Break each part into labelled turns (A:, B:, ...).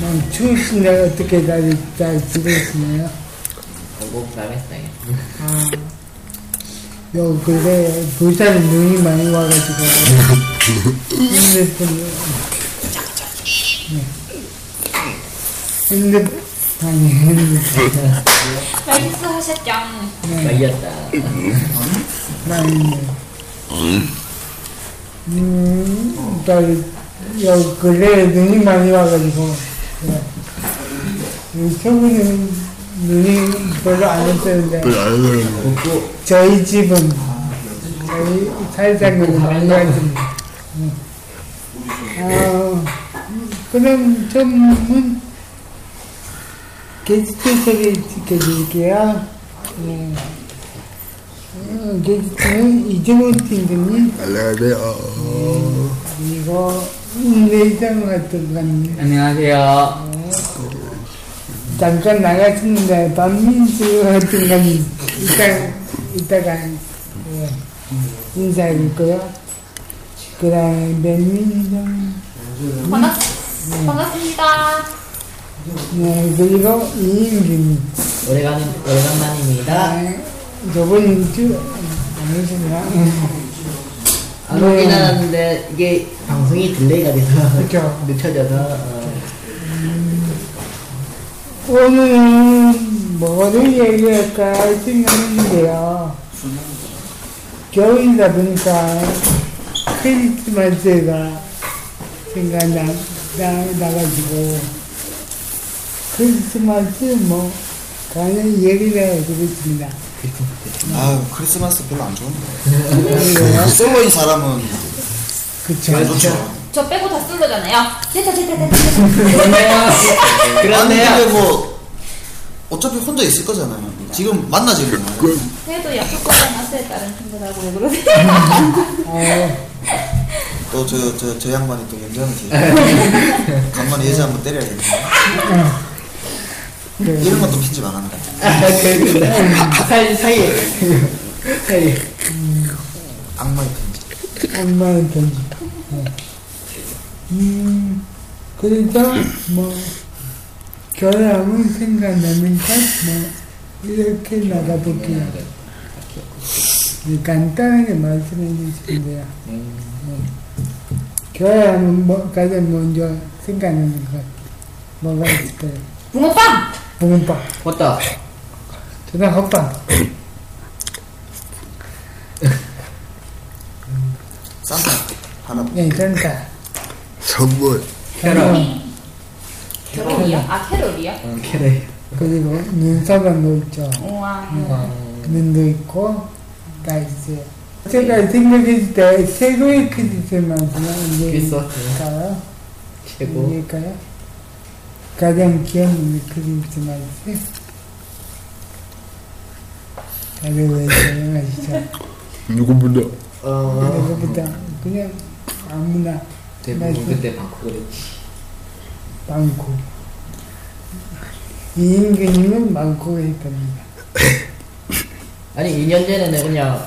A: 난 추웠을 내가 어떻게 다시 잘 지냈으냐?
B: 공부 부담했어요.
A: 아. 요 근데 부산에 눈이 많이 와가지고 핸드폰 핸드폰 아니 핸드폰
B: 말렸다.
A: 많이 음나요 근래 눈이 많이 와가지고 그래. 이 최근에 눈이 별로 안 했었는데 저희 집은 저희 살짝은 망가진 아, 그럼 저는 게스트 소개 지켜드릴게요. 네. 음, 게스트는 이정훈 팀장님,
C: 안녕하세요.
A: 그리고 내장 같은 건
B: 안녕하세요.
A: 잠깐 나갔습니다. 반민수 같은 건 이따, 이따가 예, 인사해줄고요. 그 다음에 맨민정,
D: 반갑습니다.
A: 네, 그리고 이인준.
B: 오래간, 오래간만입니다.
A: 아, 저번 주, 아니신가?
B: 안 오긴 하는데 이게 방송이 딜레이가 돼서
A: 네. 그쵸.
B: 늦춰져서 어,
A: 오늘은 뭐를 얘기할까 생각했는데요. 겨울이다 보니까 크리스마스가 생각나, 나, 나가지고, 크리스마스 뭐, 가는 얘기를 해드리겠습니다.
C: 아 크리스마스 별로 안 좋은데. 솔로인 사람은
A: 그쵸.
D: 저 빼고 다 솔로잖아요. 네, 됐다 됐다 됐다.
C: 아니 근데 뭐 어차피 혼자 있을 거잖아요. 지금 만나지는 않아요.
D: 그래도 약속과장 마스에 따른 친구라고 왜 그러세요?
A: 어,
C: 또저 저 저 양반이 또 연장이 간만에 예제 한번 때려야겠네.
A: 네.
C: 이런 것도 편집 안 한다.
B: 아, 사이 사이 사이
C: 악마의 편집.
A: 엄마는 던지. 네. 음, 그래서, 뭐, 결혼하면 생각나니까, 뭐, 이렇게 나가볼게요. 네, 간단하게 말씀해 주시는데요. 결혼하면 뭐, 가장 먼저 생각나는 것, 뭐가 있을까요?
D: 붕어빵.
A: 붕어빵,
B: 왔다.
A: 음. 저는 헛빵.
C: 산타 하나.
A: 네, 산타.
C: 선물.
B: 캐럴
D: 캐롤이요? 아 캐롤이요?
B: 어, 캐럴
A: 그리고 눈사람도 있죠. 어,
D: 우와.
A: 눈도 있고 다 있어요. 제가 생각했을 때 최고의 크리스마스는 언제일까요?
B: 크리스마스 최고
A: 언제일까요? 가장 귀여운 크리스마스 다들 왜 조용하시죠?
C: 누구보다.
B: 어
A: 그거보다 그냥 아무나
B: 대부분
A: 맞아.
B: 그때 바꾸고 그랬지
A: 많고 이인근님은 많고 했답니다.
B: 아니 2년 전에는 그냥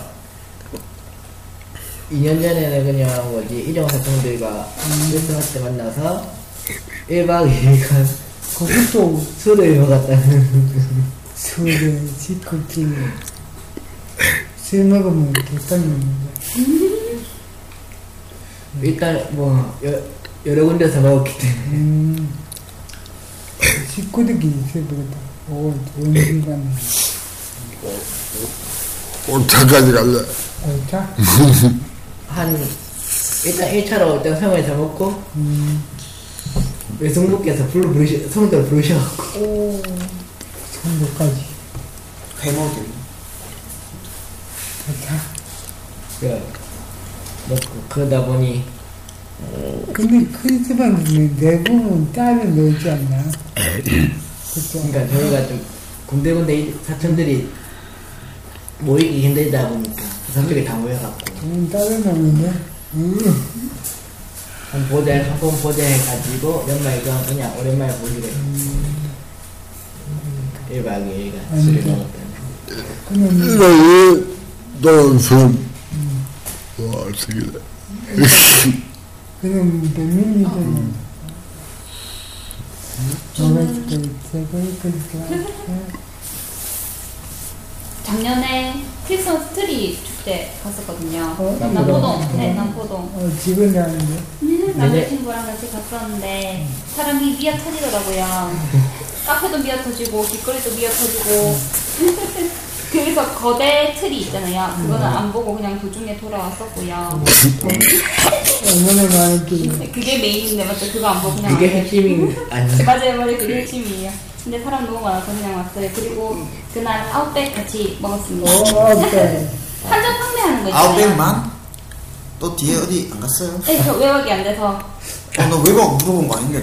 B: 2년 전에는 그냥 뭐지 일용 사통들과
A: 음.
B: 크리스마스 때 만나서 1박 2일간
A: 그것도
B: 술을 먹었다는
A: 술을 짓궂기는 술 먹으면 개판 먹는다.
B: 일단 뭐 여, 여러 군데서 먹었기 때문에
A: 음, 식구들끼리 있어야 되겠다. 오, 좋은 시간.
C: 오차까지 갈래.
A: 알차?
B: 한 일단 1차로 일단 성에서 먹고 외숙모께서 불러 부르셔 성도를 부르셔갖고
A: 오, 정도까지.
C: 회먹이.
A: 알차?
E: 뭐,
B: 그, 먹고 그러다 보니
A: 근데 크리스마스는 대부분 딸을 놀지 않나? 그쵸?
E: 그러니까 저희가 좀 군데군데 사촌들이 모이기 힘들다 보니까 그 사람들이 다 모여갖고
A: 음, 딸을 놀는데? 음.
E: 한 보대 한번 보대 해가지고 연말 그냥 그냥 오랜만에 보기로 했
B: 음.
E: 1박 2일간 술을 먹었다는
F: 이거 이넌숨 와, 어떻게
A: 그는 백민이도 먹을 수도 있고 그러니까
G: 작년에 크리스마스 트리 축제 갔었거든요.
A: 어?
G: 남포동. 네, 남포동.
A: 어, 집을 나는데
G: 음, 남자친구랑 같이 갔었는데 사람이 미어 터지더라고요. 카페도 미어 터지고 길거리도 미어 터지고 그래서 거대 트리 있잖아요. 그거는 안 보고 그냥 도중에 돌아왔었고요.
A: 얼마나 많이 끼고
G: 그게 메인인데 맞죠? 그거 안 보고 그냥
E: 그게 핵심인 아니
G: 맞아요, 맞아요. 그게 핵심이에요. 근데 사람 너무 많아서 그냥 왔어요. 그리고 그날 아웃백 같이 먹었습니다.
A: 어, 아웃백.
G: 한정 판매하는 거 있잖아요.
C: 아웃백만? 또 뒤에 어디 안 갔어요?
G: 네, 저 외곽이 안 돼서.
C: 어, 나 외박 물어본 거 아닌데.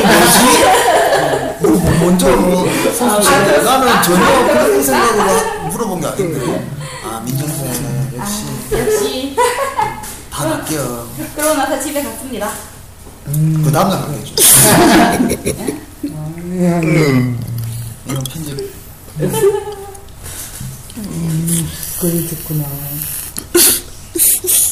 C: 뭐지? 뭐, 먼저 뭐, 솔직히 나는 전혀 그런 생각으로 물어본 게 아닌데. 아, 민정쌤 역시
G: 역시.
C: 다 낚여.
G: 그러고 나서 집에 갔습니다.
C: 그 다음날 낚여줘.
A: 음.
C: 이런 편집.
A: 그랬었구나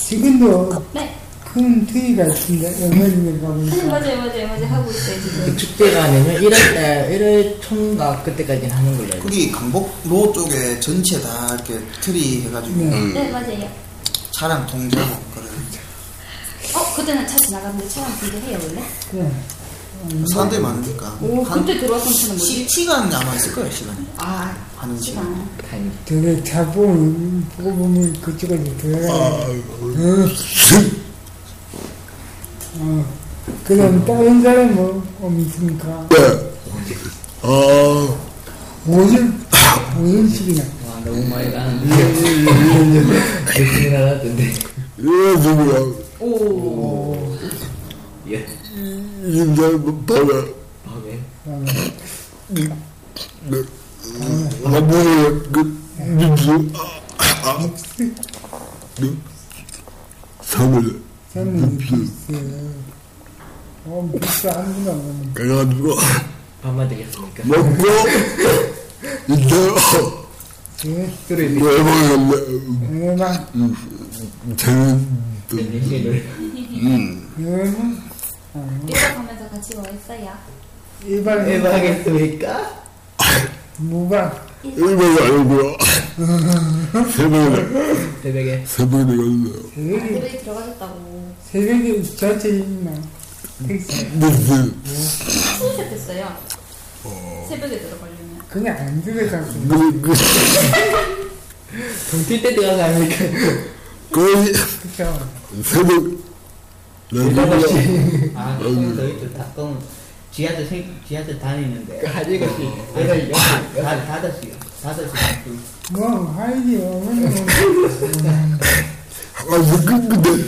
A: 지금도
G: 네.
A: 큰 트위가 있습니다 연예인들 가보니까
G: 맞아요, 맞아요, 맞아요. 하고 있어요, 지금.
E: 그 축제가 하면은 1월달 1월 총각 그때까지는 하는 걸로 알고
C: 거기 강북로 쪽에 전체 다 이렇게 트리 해가지고
A: 네.
G: 네, 맞아요.
C: 차량 통제하고 그래.
G: 어, 그때는 차 지나갔는데 차랑 비교해요, 원래?
A: 그래.
C: 사람들이 많으니까.
G: 오,
C: 한
G: 그때 들어왔으면 저는 뭐지?
C: 10시간 남아있을 거예요, 시간이.
G: 아,
C: 하는 시간.
G: 시간.
E: 다니
A: 되게 자꾸 보고 보면 그쪽으로 들어가 어. 그럼 다른 사람 뭐 없습니까?
F: 네. 아,
A: 오늘 오늘씩이나
E: 와 너무 많이 나는데 대충 나갔던데
F: 이거 누구야?
E: 예
F: 인사는 봐라.
E: 밤에
F: 네. 아, 뭐야, 그, 민수. 아, 아. 네. 사물을
A: 저는 글쎄요. 어, 글쎄 아무나 없는
F: 가가지고
E: 밤만 되겠습니까?
F: 먹고, 이제,
A: 게
E: 술을
F: 뭐 해먹었네.
A: 얼마
F: 저는, 또
E: 드시는 노래
A: 얼마
G: 이거 가면서 같이 와 있어요.
A: 일반
E: 해봐겠습니까?
A: 무방
F: 일본이 아니고요. 새벽에,
E: 새벽에
F: 새벽에 갔네요.
A: 새벽에
G: 집에 들어가셨다고.
A: 새벽에 전체 있나 택시
F: 민수.
G: 수우셨겠어요. 새벽에 들어가려면.
A: 그냥 안 들어가고
F: 그, 그,
E: 동틀 때 들어가서 합니까?
F: 거의
A: 그쵸
F: 새벽, 나중에,
B: 아, 그럼 너희들 닭똥 지하철 세, 지하철 다니는데
E: 한 일곱 시
B: 내가 여기 다 다섯 시요 다섯 시
A: 뭐 하이디 어머니
F: 아, 근데,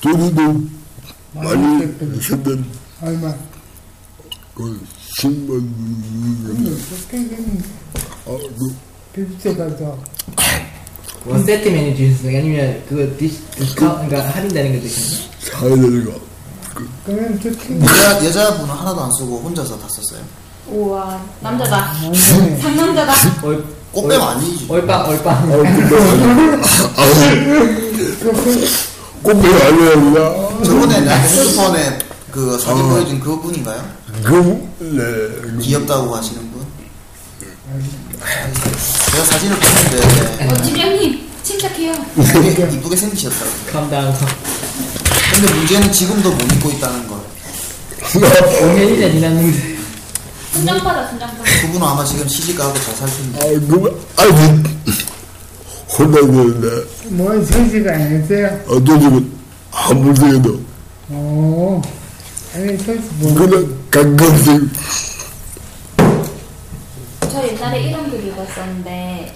F: 돈이 많이 있었던
A: 얼마
F: 그, 10만,
A: 그때는
F: 아, 그,
A: 빌스가서
E: 뭐 세트 메뉴 주셨어요? 아니면 그거 디시 디스카운트 그러니까 할인되는 거 드셨나요?
F: 사야 되니까.
A: 그러면 좋지
C: 여자, 여자분은 하나도 안 쓰고 혼자서 다 썼어요.
G: 우와, 아, 남자다.
A: 남자네.
G: 상남자다.
E: 얼
C: 꽃뱀 아니지.
E: 얼빵 얼빵
F: 아, 근데, 아, 꽃배 아니었나?
C: 저번에 나 핸드폰에 그 사진
F: 어.
C: 보여준 그 분인가요?
F: 그, 네.
C: 귀엽다고 하시는 분? 제가 사진을 봤는데
G: 어, 지병님, 침착해요.
C: 되게 이쁘게 생기셨다고
E: 감당
C: 근데 문제는 지금도 못 입고 있다는 걸
E: 5년이나 지났는데
G: 순정파다, 순정파.
C: 그분은 아마 지금 시집가고 잘 살 텐데
F: 아, 그, 아니, 혼자 되는데.
A: 뭐 소식 안 했어요
F: 아, 너는 아무 생각도
A: 오 아니 소식 뭐
F: 그냥 가끔씩
G: 저 옛날에 이런 글 읽었었는데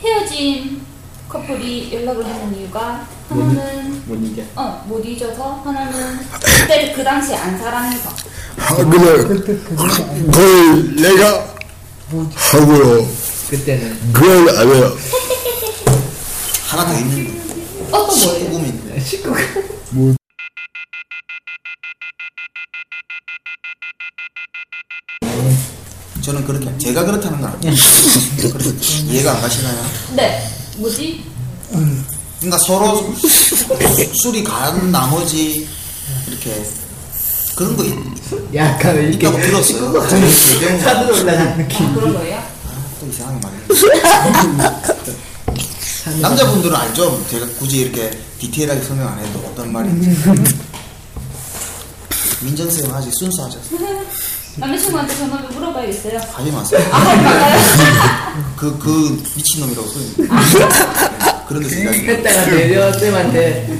G: 헤어진 커플이 연락을 하는 이유가 하나는
B: 못 이겨.
G: 어, 못 잊어서 하나는 그때를 그 당시에 안 사랑해서
F: 하그는
A: 그때 그게 아니야.
F: 그걸 내가 하고요.
B: 그때는
F: 그걸 안 해요.
C: 하나 더 있는데.
G: 어, 또 뭐예요?
C: 조금 있네. 저는 그렇게 제가 그렇다는 건 아니에요. 그래서 이해가 안 가시나요?
G: 네, 뭐지?
C: 그러니까 서로 술이 간 나머지 이렇게 그런 거 있,
B: 약간 이렇게
C: 있다고 들었어요. 갑자기 얘기하는 거
B: 산으로 올라가는 느낌.
G: 아, 그런 거예요?
C: 또 이상하게 말해. 남자분들은 알죠. 제가 굳이 이렇게 디테일하게 설명 안 해도 어떤 말인지. 민정 쌤 아직 순수하셨어요.
G: 남자친구한테 전화를 물어봐야겠어요.
C: 하지 마세요.
G: 아, 맞아요?
C: 그, 그 미친놈이라고 소리. 그런 데 생각이.
B: 했다가 내려 쌤한테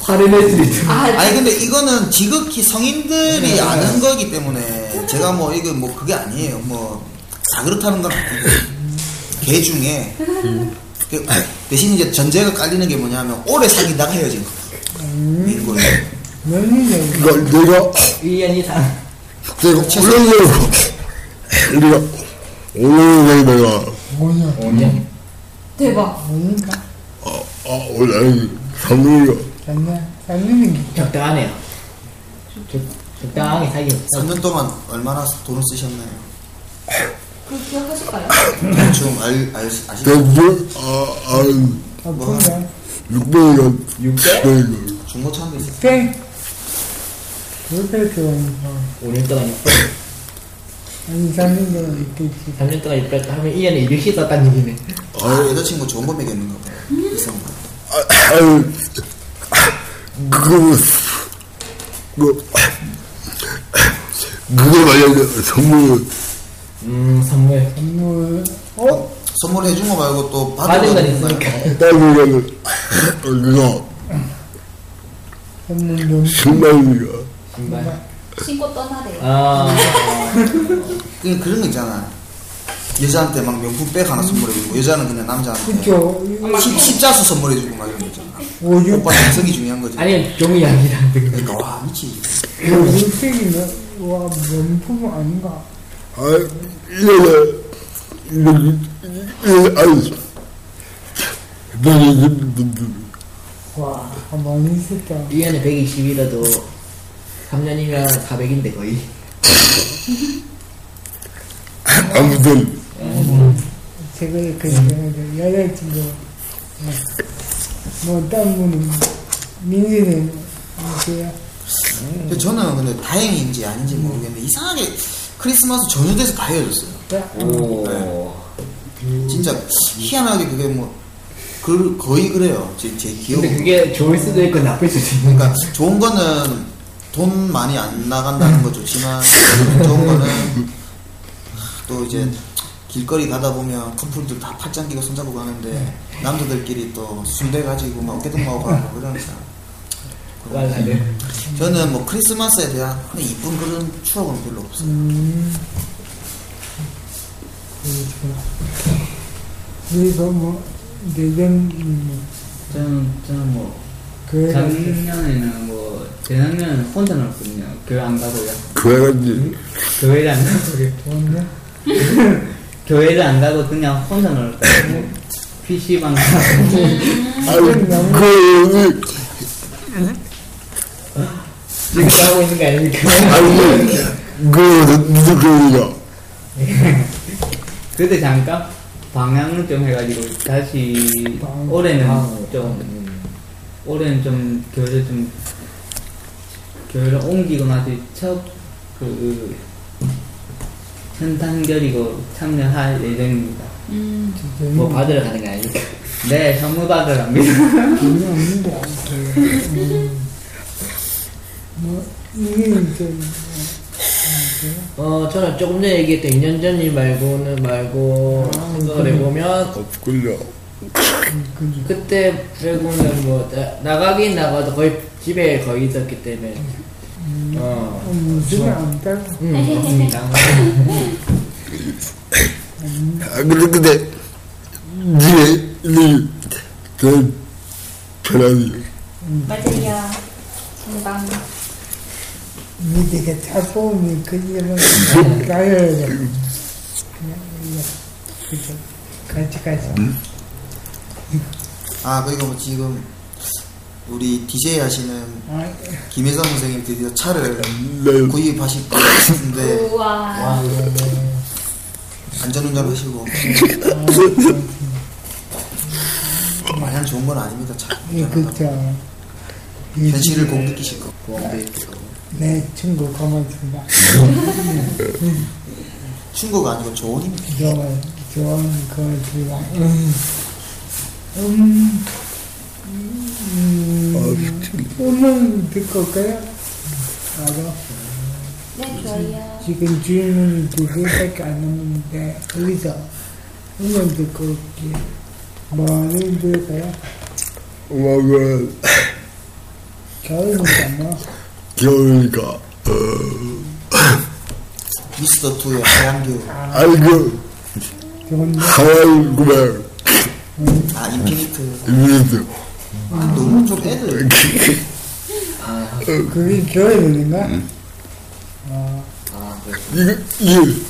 B: 화를 낼 수도 있어.
G: 아,
C: 아니, 근데 이거는 지극히 성인들이
B: 네.
C: 아는 거기 때문에 제가 뭐, 이거 뭐, 그게 아니에요. 뭐, 다 그렇다는 건 아니에요. 개 중에. 그, 대신 이제 전제가 깔리는 게 뭐냐면, 오래 사귀다가 헤어진 거. 이거예요.
A: 너는 여기
F: 그걸 내가
B: 1년 이상.
F: 내가 올려서 우리가 올려서 내가
A: 뭐냐?
B: 5년.
G: 대박.
A: 뭐니까?
F: 아 오늘 삼루가
A: 잤냐? 잤는 게
B: 적당하네요. 적- 적당하게 사귀어.
C: 3년 동안 얼마나 돈을 쓰셨나요?
G: 그 기억하실까요?
C: 대충 알, 알, 아시죠?
F: 대주 아한
A: 아프냐?
F: 600원 600원
C: 중고차도 있어요.
A: 땡! 그렇게 좋아하니까.
B: 5년 동안 600.
A: 아니, 잤는 건 있겠지.
B: 3년 동안 600 하면 1년에 200씩 썼다는 얘기네.
C: 아, 여자친구 좋은 거 먹였는가 봐요. 이상한 거.
F: 아유 그, 그거 그 그거 말고 선물
B: 음, 선물.
A: 뭐, 어?
C: 선물해준 거 말고 또
B: 받은
C: 받은 거
B: 건
C: 있나요?
B: 있으니까.
F: 딸기가 그거
A: 선물 좀.
F: 신발이가
B: 신발.
G: 신고 떠나래요.
B: 아,
C: 예, 그냥 그런 거 있잖아. 여자한테 막 명품 백 하나 선물해주고 여자는 그냥 남자한테
B: 그렇죠.
A: 그쵸? 이거
C: 십, 십자수 선물해주고 막 이런 거 있잖아.
A: 오죽,
C: 오빠 감성이 중요한 거지.
B: 아니면 종이 양이랑 등.
C: 그러니까 와 미치.
A: 오죽색이 너, 와, 명품 아닌가?
F: 아 이거 이거 이거 아니 나는
A: 와, 아, 많이 있었다.
B: 1년에 120이라도 3년이면 400인데 거의.
F: 아무튼
A: 제가 그랬잖아요. 여자친구. 뭐, 딴 분은, 민지는, 이제야.
C: 근데 저는 근데 다행인지 아닌지 모르겠는데 이상하게 크리스마스 전후 돼서 다 헤어졌어요. 네.
B: 오.
C: 진짜 희한하게 그게 뭐 그, 거의 그래요. 제, 제 기억.
B: 근데 그게 좋을 수도 있고 나쁠 수도 있는 거야.
C: 그러니까 좋은 거는 돈 많이 안 나간다는 거 좋지만 좋은 거는 또 이제 길거리 가다 보면 커플들 다 팔짱 끼고 손잡고 가는데 남자들끼리 또 순대 가지고 막 어깨동 마고 가고 그러니까
B: 말라네.
C: 저는 뭐 크리스마스에 대한 그런 이쁜 그런 추억은 별로 없어요.
A: 그래서 뭐, 내전, 뭐,
H: 저는 저는 뭐
A: 그,
H: 작년에는 뭐 재작년에는 혼자 놀았거든요. 교회 안 가고요.
F: 그래가지고
H: 교회를 안 가고요.
A: 뭔데?
H: 교회를 안 가고 그냥 혼자 놀았거든요. PC방 가고
F: 아니 그
B: 지금 싸우고 있는 거 아닙니까?
F: 아니 그 그거야
H: 그때 잠깐 방향을 좀 해가지고 다시 올해는 좀
B: 음.
H: 올해는 좀 교회를 좀 교회를 옮기고 나서 첫그 현탄결이고 참여할 예정입니다.
B: 뭐 받으러 가는 거 아닙니까?
H: 네, 선물 받으러 갑니다.
A: 돈이 없는데, 안 돼. 뭐, 이게 이제,
B: 어, 저는 조금 전에 얘기했던 2년 전이 말고는 말고
H: 아,
B: 생각을 해보면
F: 없군요
B: 그때 빼고는 뭐 나, 나가긴 나가도 거의 집에 거의 있었기 때문에
F: 음.
B: 어,
A: 무슨 안 따라.
B: 음, 맞습니다.
F: 아 근데 근데 니네 니그 편하지.
G: 맞아요. 정답.
A: 밑에 다 뽑으면 그지로 나열해. 그냥 이거 그죠. 같이 같이.
C: 아 그리고 뭐 지금 우리 DJ 하시는
A: 아,
C: 김혜성 선생님 드디어 차를
F: 네.
C: 구입하실 것 같은데
G: 우와.
C: 안전운전 하시고 마냥 좋은 건 아닙니다 차
A: 예, 그죠. 이
C: 현실을 꼭 느끼실 거 보험도 있고
A: 내 친구 고맙습니다.
C: 충고가 아니고 조언입니다
A: 좋은, 좋은 고맙습니다. 음, 음, 음, 음악 듣고 올까요? 바로.
G: 네, 좋아요.
A: 지금 질문이 두 개밖에 안 남았는데 여기서 음악 듣고 올게요 뭐를 들을까요?
F: 엄마가
A: 겨울이니까 뭐
F: 겨울이니까, 어,
C: 미스터 투의 하양규
F: 알고,
A: 좋은데
F: 그 하얀 구멍,
C: 아 인피니트
F: 위에서.
C: 아, 너무 좀 애들
A: 그게 겨울인가? 어,
F: 이거, 이게,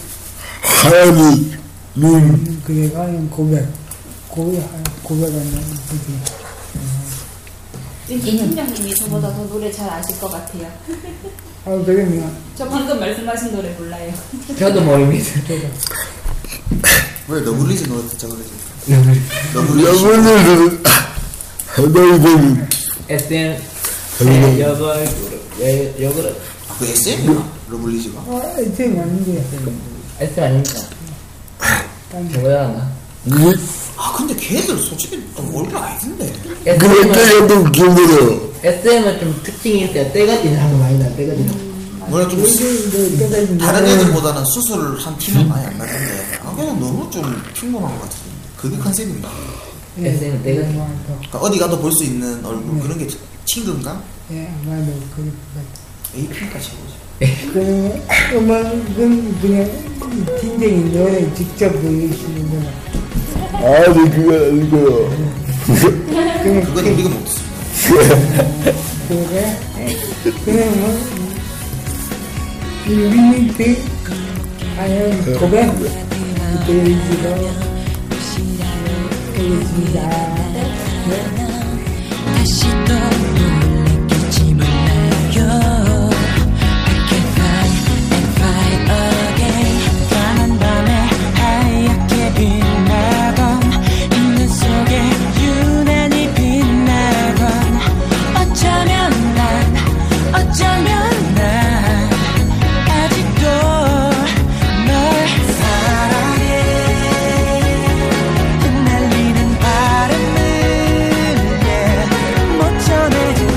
F: 하얀이, 눈,
A: 음, 그래가 하는 고백 고백, 고백하는 그게
G: 왠지 팀장님이 저보다 더 노래 잘 아실 것 같아요.
A: 아 그러면
G: 저 방금 말씀하신 노래 몰라요.
B: 저도 모릅니다.
C: 왜 너블리즈 노래 듣자 그러지 너블리즈
F: 여분들은, 아, 해달이들은,
B: SM
F: 뭐
B: 네, 여걸 그룹 예, 여걸
C: 그 SM이야 너블리즈가
A: 아 이제 맞는데
B: SM 아닙니까? 뭐야 나?
F: 그,
C: 아 근데 걔들 솔직히 좀 얼굴 아닌데
F: 그럴
B: SM은
F: 때가 또 힘들어요.
B: SM은 좀 특징이 있어요. 때가 지나는 거 많이 나. 때가 지나.
C: 뭐라 좀
A: 이제 깨달은
C: 다른 애들보다는 수술을 한 티는 많이 안 나는데 아 그냥 너무 좀 평범한 것 같은데 그게 컨셉인가
A: 예,
B: SM은 때가 지나.
A: 맞아
C: 그러니까 어디 가도 볼 수 있는 얼굴 그런 게 친근감?
A: 예 맞아 그럴 것 같아
C: AP가 최고지
A: 그러면 음악은 그냥 팀장이 노래 직접 부르시는 거나
F: 아니, 그거 아니고요.
C: 그건 우리가 못했어
A: 그래? 그러면 인비니트 아니면 고백 들으시고 들으시다
I: 다시 또 놀랬겠지 몰라요 I can fight and fight again 까만 밤에 하얗게 빛나던 힘든 속에 유난히 빛나던 어쩌면 난 어쩌면 난 아직도 널 사랑해 흩날리는 바람을 못 전해진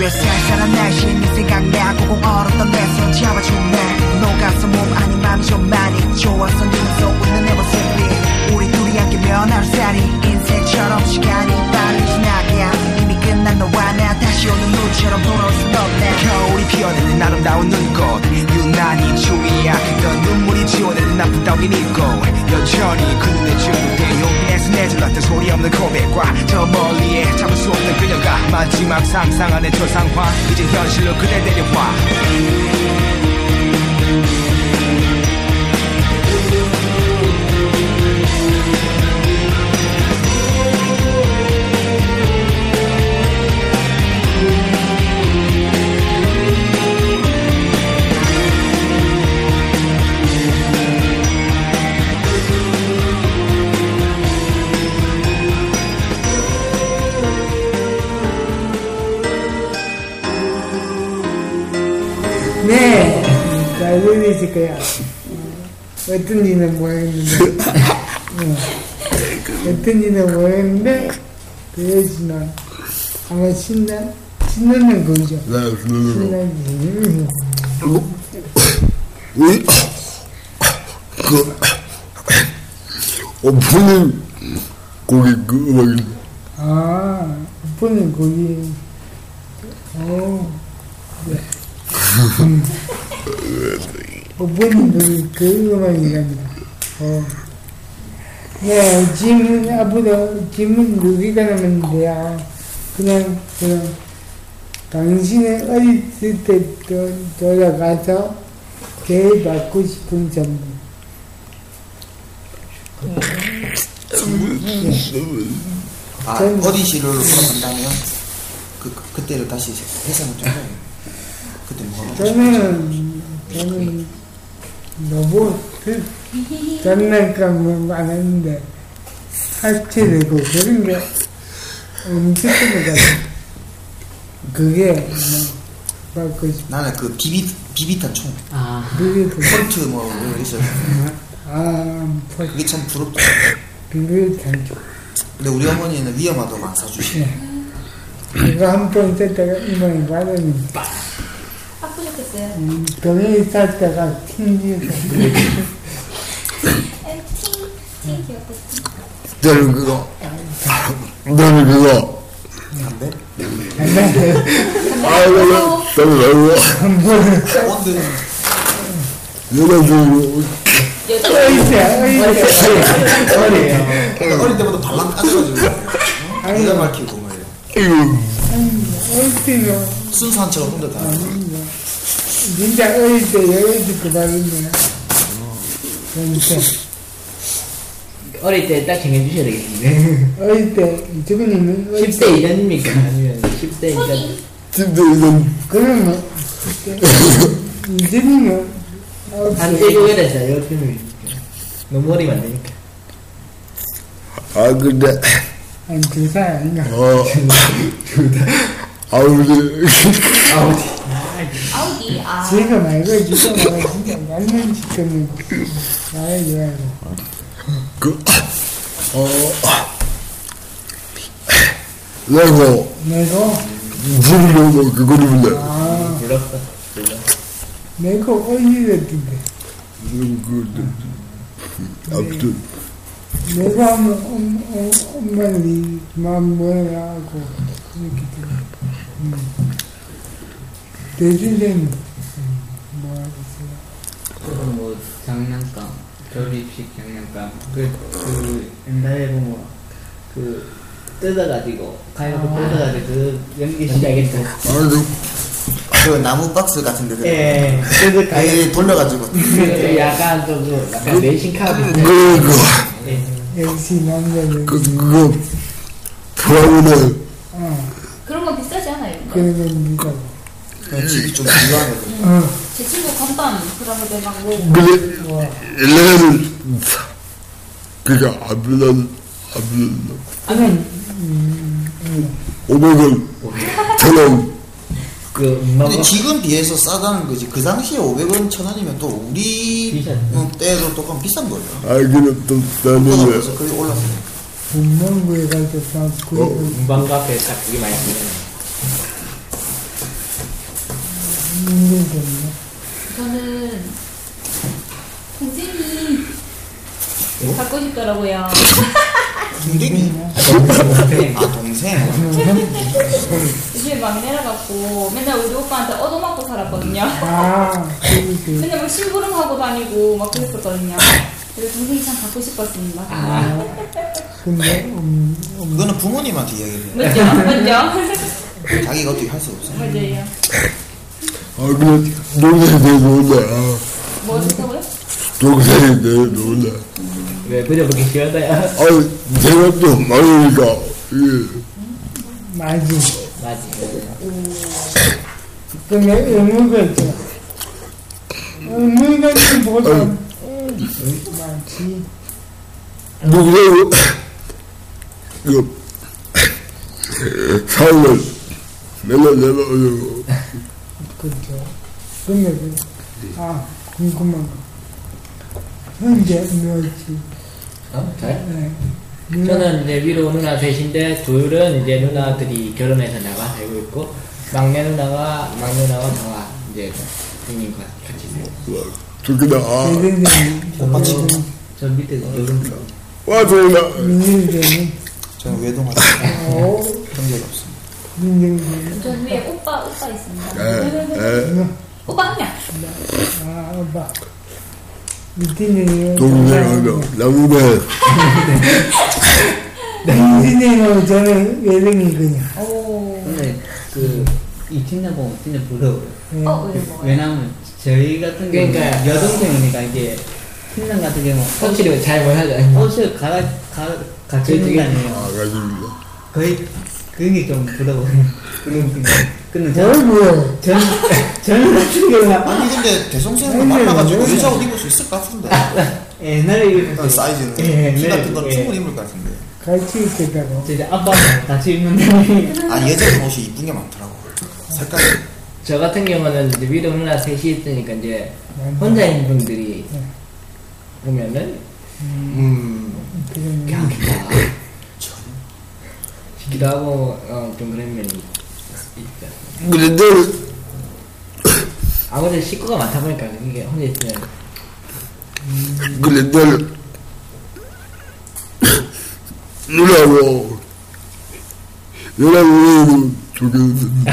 J: 왜 쌀쌀한 날씨 네 생각나고 공 얼었던 내손 잡아줄래 녹아서 몸 아닌 마음이 좀 많이 좋아서 눈서 웃는 내 모습이 우리 둘이 함께면 하루살이 인생처럼 시간이 빨리 지나가 이미 끝난 너와 나 다시 오는 눈처럼 돌아올 순 없네
K: 겨울이 피어내는 아름다운 눈꽃 유난히 추위야 그던 눈물이 지워내는 아픈 따윈 있고 여전히 그 눈에 주목돼 용기내서 내질렀던 소리 없는 고백과 저 멀리에 잡을 수 없는 그녀가 마지막 상상 안의 초상화 이제 현실로 그대 데려와
A: 네, 잘되고 있을 거야. 어떤 일은 모르겠는데, 어. 어떤 일은 모르겠는데, 뭐 그래지만 아마 신나, 신나는 거죠.
F: 네, 신나는 거.
A: 신나는 거.
F: 우리 그 어, 오프닝 고기 그 음악이
A: 아, 오빠는 거기, 어, 네. 음. 오빠는 거기 어, 그 음악이랍니다. 어. 네, 짐은 앞으로, 짐은 누기가 남았는데요. 그냥, 그냥, 당신의 어렸을 때 도- 돌아가서 제일 받고 싶은 선물.
C: 아,
A: 저는-
C: 어디 시로로 돌아간다면 그, 그- 그때를 다시 회상을 좀 해요. 그때 뭐 하고
A: 저는 저는 너무 그 장난감은 많았는데 사치되고 그런 게 엄청난 것 같아요. 그게 뭐 받고 싶
C: 나는 그 비비 비비탄 총.
A: 아.
C: 폴트 뭐 이런 거 있어요.
A: 아,
C: 그게 참 부럽다.
A: 비비탄 총.
C: 근데 우리 어머니는 위험하다고 안 사주시고.
A: 그거 한번 썼다가 이만이 받았는데
G: 아프셨겠어요.
A: 병이 쌌다가 튕기고
G: 팅 기억했지.
F: 나는 그거 나는 그거
C: 담배?
F: 아 나는 나는 나는 여자들
A: 어이구야, 어이구야.
C: 그러니까 어릴 때부터 발랑 까져가지고 기가 막히고 뭐 이래.
A: 어이구야.
C: 순수한 척 혼자 다.
A: 진짜 어릴 때 여행지 그만이네. 그러니까
B: 어릴 때 딱 정해주셔야 되겠는데.
A: 어릴 때 이쪽은
B: 10대 이전입니까? 아니면 10대 이전?
A: 그러면 이제는
B: 한 7개월 됐어요, 10명이. 너무 어리면 안 되니까.
F: 아 근데
A: 안두살 아닌가?
F: 어 아무튼
G: 아우디 아.
A: 제가 말고 진짜 말고 진짜 말만 지금 말해줘야 돼.
F: 그, 어 레고
A: 내고
F: 무슨 그거를 불러
A: 아
B: 불렀어.
A: 내고 어이랬던데.
F: 아무튼
A: 내고 하면 엄- 엄- 엄마는 이 마음 뭐라 하고 이렇게 돼. 음. 대신에는 뭐 하겠어요?
H: 그거 뭐 장난감, 조립식 장난감. 그, 그 옛날에 보면 그
B: 뜯어가지고, 가위로
H: 아.
B: 뜯어가지고, 그 연기 시작했죠.
C: 그 나무 박스 같은 데서
B: 예, 그래서 가-
C: 아예 돌려가지고
B: 그 약간 좀, 그 약간 메신카 비슷해.
F: 그거
A: 역시 남자는
F: 그거 브라운을
G: 그런 건 비싸지 않아요.
A: 그런 건 누가
C: 그냥 집이 좀 불안해요.
G: 제 친구 건담 그런 거 대박 뭐.
F: 근데 레는 그니까 안 불렀 안 불렀나
A: 그냥
F: 오백은 저는
B: 그
C: 근데 지금 비해서 싸다는 거지. 그 당시에 500원, 1000원이면 또 우리 음, 때로 또 그럼 비싼 거예요.
F: 알기는 또 나는
C: 그래서 그게 올랐어요.
A: 분명구에 가서 막 구해서
B: 문방구 앞에 딱 그게 많이 있네.
A: 문제도 없네.
G: 저는 동생이 갖고 싶더라고요.
C: 동생이? 아 동생
G: 요즘에 막내라 갖고 맨날 우리 오빠한테 얻어맞고 살았거든요.
A: 아, 그러지.
G: 맨날 막 심부름하고 다니고 막 그랬었거든요. 그래서 동생이 참 갖고 싶었습니다.
A: 근데, 음,
C: 그거는 부모님한테 이야기를 해요
G: 맞죠? 맞죠?
C: 자기가 어떻게 할 수 없어
G: 맞아요.
F: 아, 그냥 동생이 내 놀래.
G: 뭐 하셨다고요?
F: 동생이 내 놀래.
B: 왜 그저 그렇게 시원해요?
F: 아, 생각도 많으니까. 예.
A: 맞지.
B: 맞지.
A: 근데 의무가 있죠. 의무가 있는 보다, 음, 맞지.
F: 누구세요? 뭐, 이거, 사람을 맨날 내려오려고.
A: 그렇죠. 그러면, 그- 아, 궁금한 거. 현재 몇이?
B: 어? 저요?
A: 네.
B: 저는 이제 위로 누나 셋인데 둘은 이제 누나들이 결혼해서 나가 살고 있고 막내 누나가 막내 누나와 저와 이제 형님과 같이 살고
F: 좋겠다. 아,
H: 음.
C: 오빠 집
B: 저 밑에 여름
F: 와, 좋겠다.
A: 민정이,
C: 저는 외동아들
A: 어,
C: 형제가 없습니다
A: 민정이.
G: 저 위에 오빠 오빠 있습니다.
F: 에, 에.
G: 오빠 한 명.
A: 아, 아빠. 밑에는
F: 뭐? 동생하며 나무네.
A: 민진이는 저는 예능이 그냥.
G: 오.
H: 근데 그이 팀장하고 진짜 부러워요.
G: 어, 왜 뭐예요?
H: 왜냐면 저희 같은 경우
B: 그러니까.
H: 여동생이니까 이게 팀장 같은 경우
B: 터치를 잘 그러니까. 못하잖아요
H: 옷을 갈아 가 같이
B: 저희들이-
H: 입는 게 아니에요.
F: 아, 가십니다.
H: 거의 그게 좀 부러워요. 그런 근데
A: 뭘
H: 저는
A: 뭐야?
H: 저는 저는 같은 경우
C: 아니 근데 대성생은 만나가지고 여자 옷 입을 수 있을 것 같은데
H: 옛날에
C: 일단
H: 입었어요.
C: 사이즈는
H: 예,
C: 키
H: 네,
C: 같은 거는
H: 예.
C: 충분히 입을 것 같은데
A: 같이 있겠다고.
H: 이제 아빠랑 같이 입는데
C: 아 예전 옷이 이쁜 게 많더라고 색깔이
B: 저 같은 경우는 이제 위로 누나 셋이 있으니까 이제 혼자인 분들이
H: 네.
B: 보면은 음
A: 그냥
B: 그냥 좋다 싶기도 하고 어, 좀 그런 면이 있다
F: 그런데,
B: 아무래도 식구가 많다 보니까 이게 혼자 있으면
F: 그런데, 누나고, 누나고 좋겠습니다.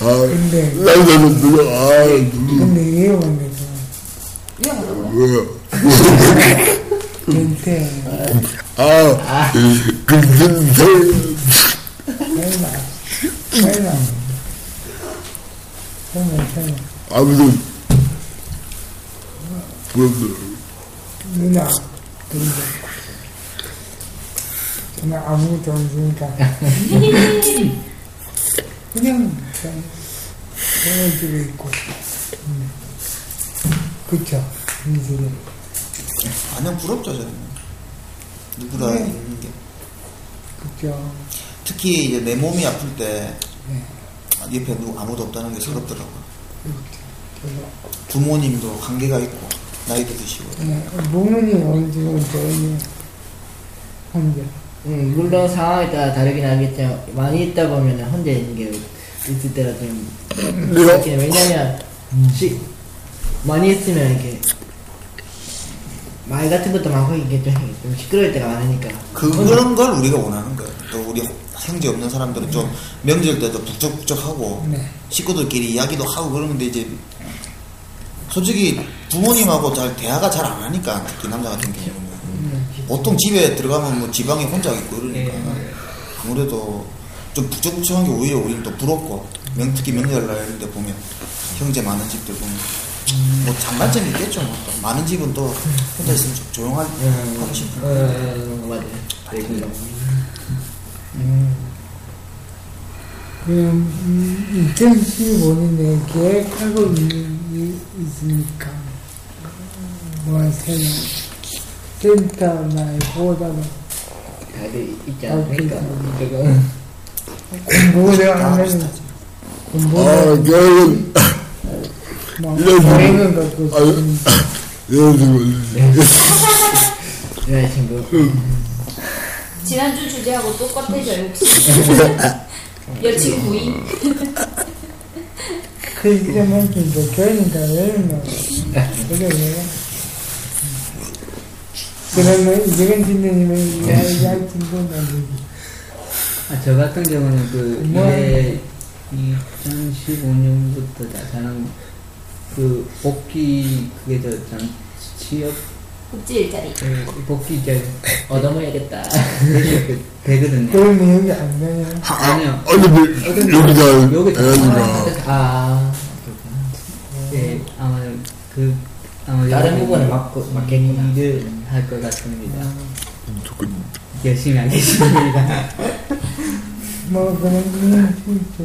F: 아,
A: 근데,
F: 남자는 누나, 아, 누나.
A: 근데 위험한데도
F: 뭐야.
A: 괜찮아.
F: 아, 근데,
A: 설마. 설마. 설마, 설마.
F: 아무튼, 부럽네요.
A: 누나. 근데. 저는 아무것도 없으니까. 그냥, 그냥, 보여주고 있고. 음. 그쵸. 민수는.
C: 아니면 부럽죠 저는 누구나
A: 네.
C: 입는 게
A: 그쵸.
C: 특히 이제 내 몸이 아플 때 옆에 누구 아무도 없다는 게 서럽더라고. 요
A: 그렇죠.
C: 부모님도 관계가 있고 나이도 드시고.
A: 네, 부모님 언제는 저희 혼자.
B: 음, 물론 상황에 따라 다르긴 하겠지만 많이 있다 보면 혼자 있는 게 있을 때가 좀 그렇긴 해요. 왜냐면 시, 많이 있으면 이렇게 말 같은 것도 많고 이게 좀, 좀 시끄러울 때가 많으니까
C: 그, 그런 걸 우리가 원하는 거예요. 또 우리 형제 없는 사람들은 좀 명절 때도 북적북적하고
A: 네.
C: 식구들끼리 이야기도 하고 그러는데 이제 솔직히 부모님하고 잘 대화가 잘 안 하니까 특히 남자 같은 경우는
A: 네.
C: 보통 집에 들어가면 뭐 지방에 혼자 있고 이러니까 아무래도 좀 북적북적한 게 오히려 우리는 또 부럽고 명 특히 명절날 이런 데 보면 형제 많은 집들 보면 뭐 장단점이 있겠죠. 뭐또 많은 집은 또 혼자 있으면 좀 조용하고
A: 네.
C: 싶고
B: 어, 맞아요. 되게
A: 그냥 2015년에 계획하고 있는 게 있으니까 뭐 새로 센터나 보다가
B: 다들 있지 않습니까?
A: 아,
B: 그거
A: 공부를 하면
C: 비슷하지.
F: 아,
A: 공부를
F: 결국,
A: 뭐
F: 이런 거.
A: 여행을 갖고
F: 아,
A: 싶은
F: 여자친구.
B: 네, 여자친구
G: 지난주 주제하고 똑같아져 역시. 여친 구인.
A: 그 이름은 진짜 그러니까 왜냐면 그게 왜 그러면 이건 진짜님은 야야 진짜 만들기
H: 아, 저 같은 경우는 그
A: 뭐?
H: 이게 2015년부터 나타난 그 복귀 그게 저참 취업
G: 복지 일자리.
H: 그 복귀 이제 얻어먹어야겠다 이렇게 되거든요.
A: 그런 내용이 안 되냐
H: 아니요.
F: 아니, 근데 여기다
H: 여기다
F: 해가지고.
H: 아 예, 아마 그 아마
B: 다른
H: 여러분이
B: 부분에 맞고- 맞겠구나. 아.
H: 일을 할 것 같습니다. 열심히 하겠습니다.
A: 뭐 그런 그런 진짜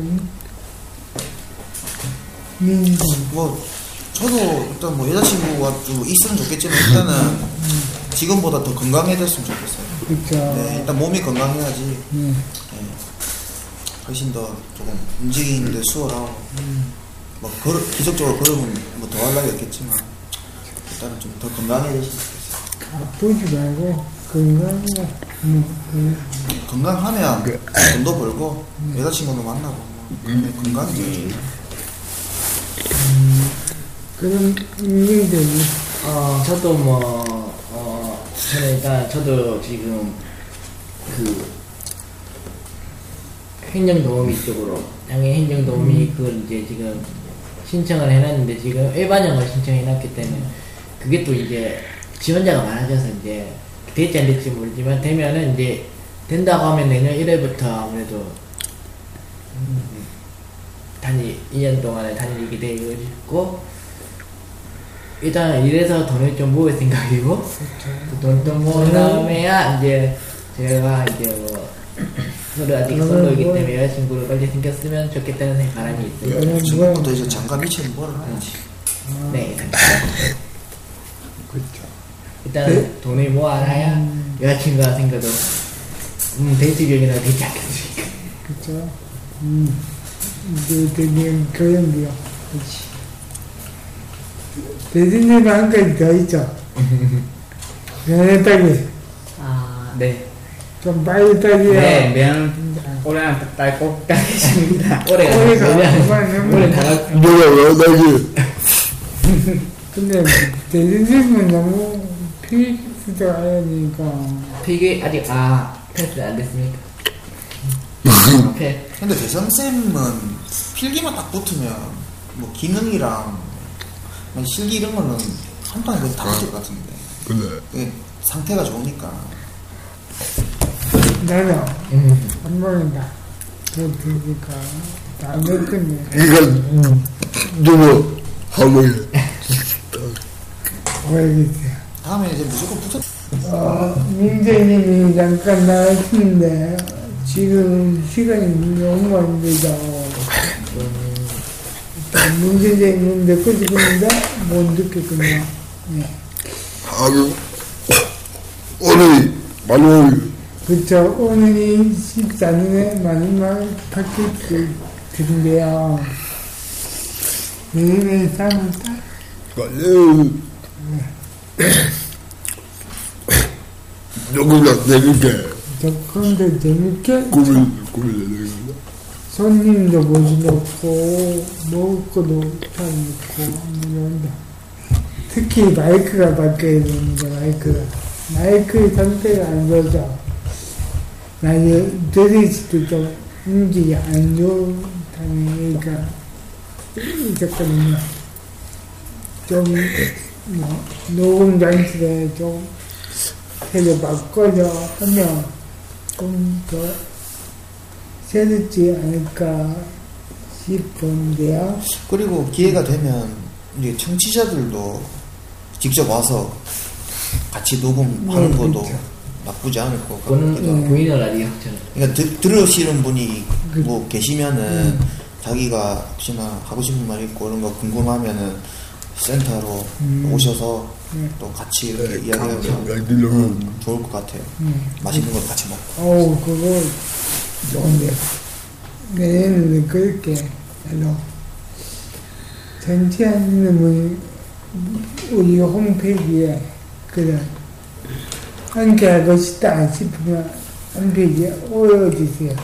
C: 뭐 저도 일단 뭐 여자친구가 좀 있으면 좋겠지만 일단은 지금보다 더 건강해졌으면 좋겠어요.
A: 그쵸.
C: 네, 일단 몸이 건강해야지.
A: 음.
C: 네. 훨씬 더 조금 움직이는데 수월하고 막 걸어, 기적적으로 걸으면 뭐더 하려고 했겠지만 일단은 좀 더 건강해졌으면 좋겠어요.
A: 아프지 말고 건강이야 뭐 그래
C: 건강하면 돈도 벌고 여자친구도 만나고 뭐 건강이 제일 중요해요.
A: 그런 인생들이
B: 어, 저도 뭐, 어, 저는 일단 저도 지금 그 행정도우미 쪽으로, 당연히 행정도우미 그걸 이제 지금 신청을 해놨는데 지금 일반형을 신청해놨기 때문에 그게 또 이제 지원자가 많아져서 이제 될지 안 될지 모르지만 되면은 이제 된다고 하면 내년 1월부터 아무래도 단일 2년 동안에 단일이게 되고 있고 일단 이래서 돈을 좀 모을 생각이고 돈좀 모은 다음에야 이제 제가 이제 뭐 저도 아직
A: 그러면
B: 솔로이기
A: 뭐-
B: 때문에 여자친구를 빨리 생겼으면 좋겠다는 바람이 있어요.
C: 네,
A: 그러면 뭐
C: 또 이제 장가 미치는 뭐를 하지.
B: 네. 일단 돈을 모아놔야 여자친구가 생겨도 음 데이트 비용이나 되지 않겠습니까?
A: 그쵸? 음, 이제 되게 그런 게요. 그치. 대신님 한 가지 더 있죠. 면회 따기.
H: 아, 네.
A: 좀 빨리 따기야.
H: 네, 미안. 올해는 딸꼭 따겠습니다.
B: 네,
H: 올해가
A: 올해가
H: 올해는
A: 정말
H: 올해 다
F: 내가 나지.
A: 근데 대신님은 너무 피스도 아야 되니까.
B: 피게 아직 아 패스 안 됐습니까? 패.
C: 근데 배선쌤은 필기만 딱 붙으면 뭐 기능이랑 뭐 실기 이런 거는 한 방에 그냥 다 붙을 것 같은데
F: 근데
C: 그게 상태가 좋으니까
A: 나는
B: 음.
A: 안 먹는다. 그러니까. 안 먹겠네.
F: 이거 너무 하모니.
A: 모르겠어요.
C: 다음에 이제 무조건 붙어
A: 어, 민재님이 잠깐 나왔는데 지금 시간이 너무 안 되죠. 문재인님 몇 가지 겁니다. 못 듣겠군요. 네.
F: 하고 오늘 만원
A: 그쵸. 오늘이 14년의 마지막 팟캐스트인데요. 내일의 삶을 따
F: 만원 조금 더 재밌게
A: 조금 더 재밌게
F: 꿈을 꾸면 되는 거.
A: 손님도 보지도 없고 먹을 것도 잘 없고 이런다. 특히 마이크가 바뀌어야 되는데 마이크가 마이크의 상태가 안 좋아서 나의 드레스도 좀 인지 안 좋다는 얘기가 있었거든요. 좀 뭐, 녹음 장치를 좀 새로 바꿔서 하면 좀더 새롭지 않을까 싶은데요.
C: 그리고 기회가 되면 이제 청취자들도 직접 와서 같이 녹음하는
A: 네,
C: 것도
A: 그렇죠.
C: 나쁘지 않을 것 같기도
B: 그러니까. 그거는 음,
C: 하고
B: 고인의 라디오 저는.
C: 그러니까 드- 들으시는 분이
A: 그-
C: 뭐 계시면은
A: 음.
C: 자기가 혹시나 하고 싶은 말 있고 이런 거 궁금하면은 센터로
A: 음.
C: 오셔서
A: 네.
C: 또 같이 이렇게
F: 그렇죠.
C: 이야기하면
F: 음.
C: 좋을 것 같아요.
A: 네.
C: 맛있는 거 같이 먹고.
A: 어우, 그거 좋은데. 내일은 그렇게 해서 전체하는 우리, 우리 홈페이지에 그냥 함께 하고 싶다 싶으면 홈페이지에 올려주세요.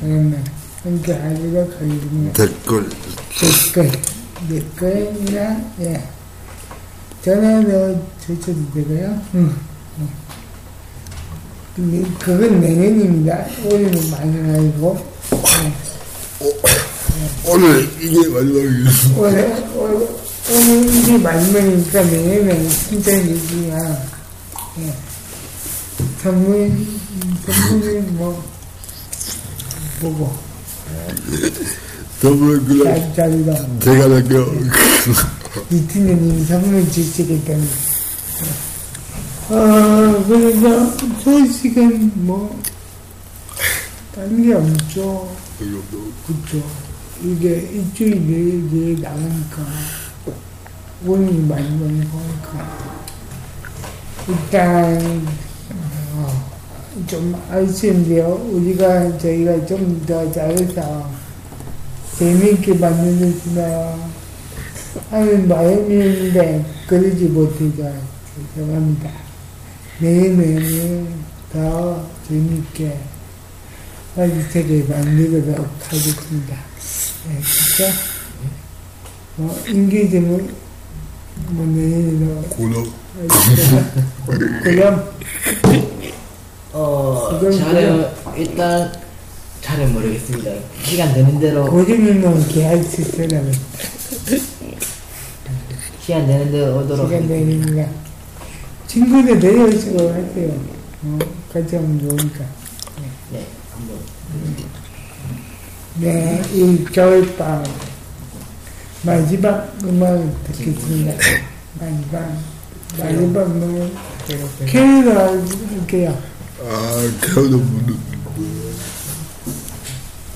A: 그러면 함께하기로 걸립니다.
F: 댓글
A: 댓글, 댓글이란 네, 예. 전화로 주셔도 되고요. 음. 음. 그건 내년입니다. 올해는 많이 아니고 예.
F: 오늘 이게 마지막이었어
A: 올해 올 오늘 이게 마지막이니까 내년에는 진짜 얘기야. 예. 전문 전문이 뭐 보고
F: 저번에 그냥
A: 잘 잘이다.
F: 제가 나겨
A: 이티는 선물 주시겠다니. 어, 그래서 소식은 뭐, 다른 게 없죠. 그쵸. 이게 일주일 내에, 내에 나가니까, 오늘 많이 많이 보니까, 일단, 어, 좀 아쉬운데요. 우리가, 저희가 좀 더 잘해서, 재미있게 만들어주나요? 하는 마음인데 그러지 못해서 죄송합니다. 내년에 더 재밌게 아, 활기차게 만들도록 하겠습니다. 네, 그쵸? 뭐, 인기지문, 뭐, 내년에도.
F: 고노.
A: 그럼,
B: 어,
A: 그건
B: 잘해요.
A: 그냥-
B: 일단 잘은 모르겠습니다. 시간 되는 대로
A: 고집이 너무 개할수 있으라고.
B: 시간 되는 대로 오도록
A: 시간
B: 하겠습니다.
A: 내립니다. 친구들 내려오시고 하세요. 어, 같이 하면 좋으니까.
B: 네, 한번
A: 네, 이 겨울밤 마지막 음악을 듣겠습니다. 마지막 마지막 음악을 캐롤을 할게요.
F: 아 겨울도 모르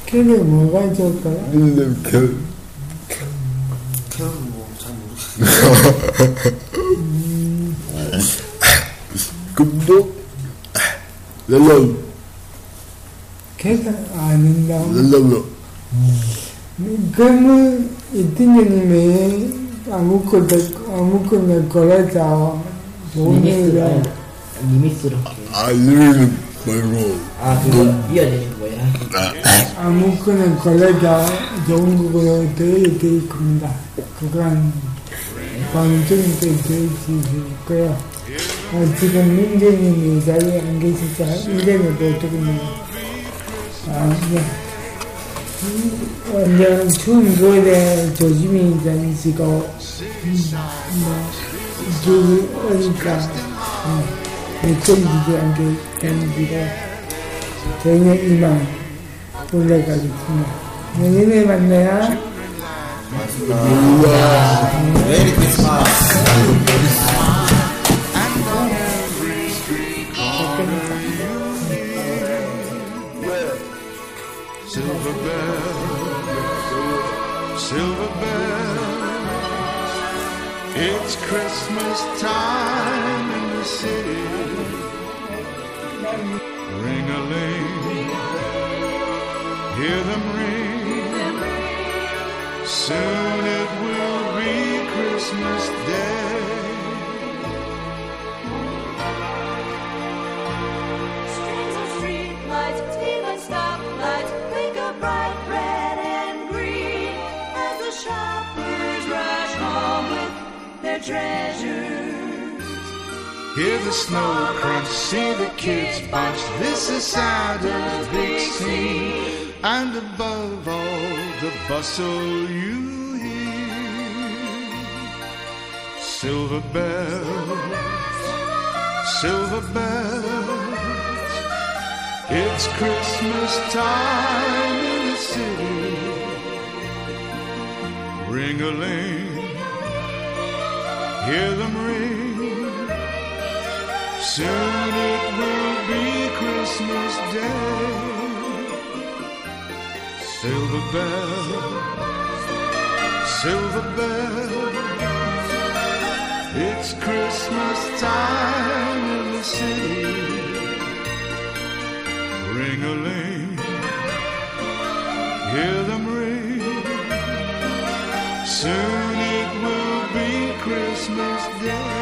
A: 캐롤 뭐가 좋을까요?
F: 근데 겨울
C: 캐롤은 뭐잘 모르겠어.
F: 금도 렐라우
A: 캐롤 아는다.
F: 렐라우
A: 그러면 이태님이 아무거나 아무거나 골라서 오늘은
B: 리믹스로 리믹스로 할게요.
F: 아 이름이 말고 아.
B: 아 그거 이어지는 거야.
A: 아무거나 걸려다 좋은 거로 되어 돼 있습니다. 그건 방송이 되어있을 거요. 어, 지금 민재님이 자리에 안 계시자 이름을 못 듣겠네요. 아, 네. 음, 완전 추운 겨울에 조심히 다니시고, 음, 뭐, 이쪽이 오니까, 어, 미쳐지지 않게 다니시고, 저희는 이만 올라가겠습니다. 내년에 만나요.
C: 메리 크리스마스.
L: Silver bell, silver bell. It's Christmas time in the city. Ring a ling, hear them ring. Soon it will be Christmas Day.
I: Streets of streetlights, demon stoplights, flicker bright red and green as the shoppers rush home with their treasures.
L: Hear the snow crunch, see the kids bounce. This is sound of the big scene. And above all, the bustle you hear. Silver bells, silver bells. It's Christmas time in the city. Ring a ling, hear them ring. Soon it will be Christmas Day. Silver bells, silver bells. It's Christmas time in the city. Ring a ling, hear them ring. Soon it will be Christmas Day.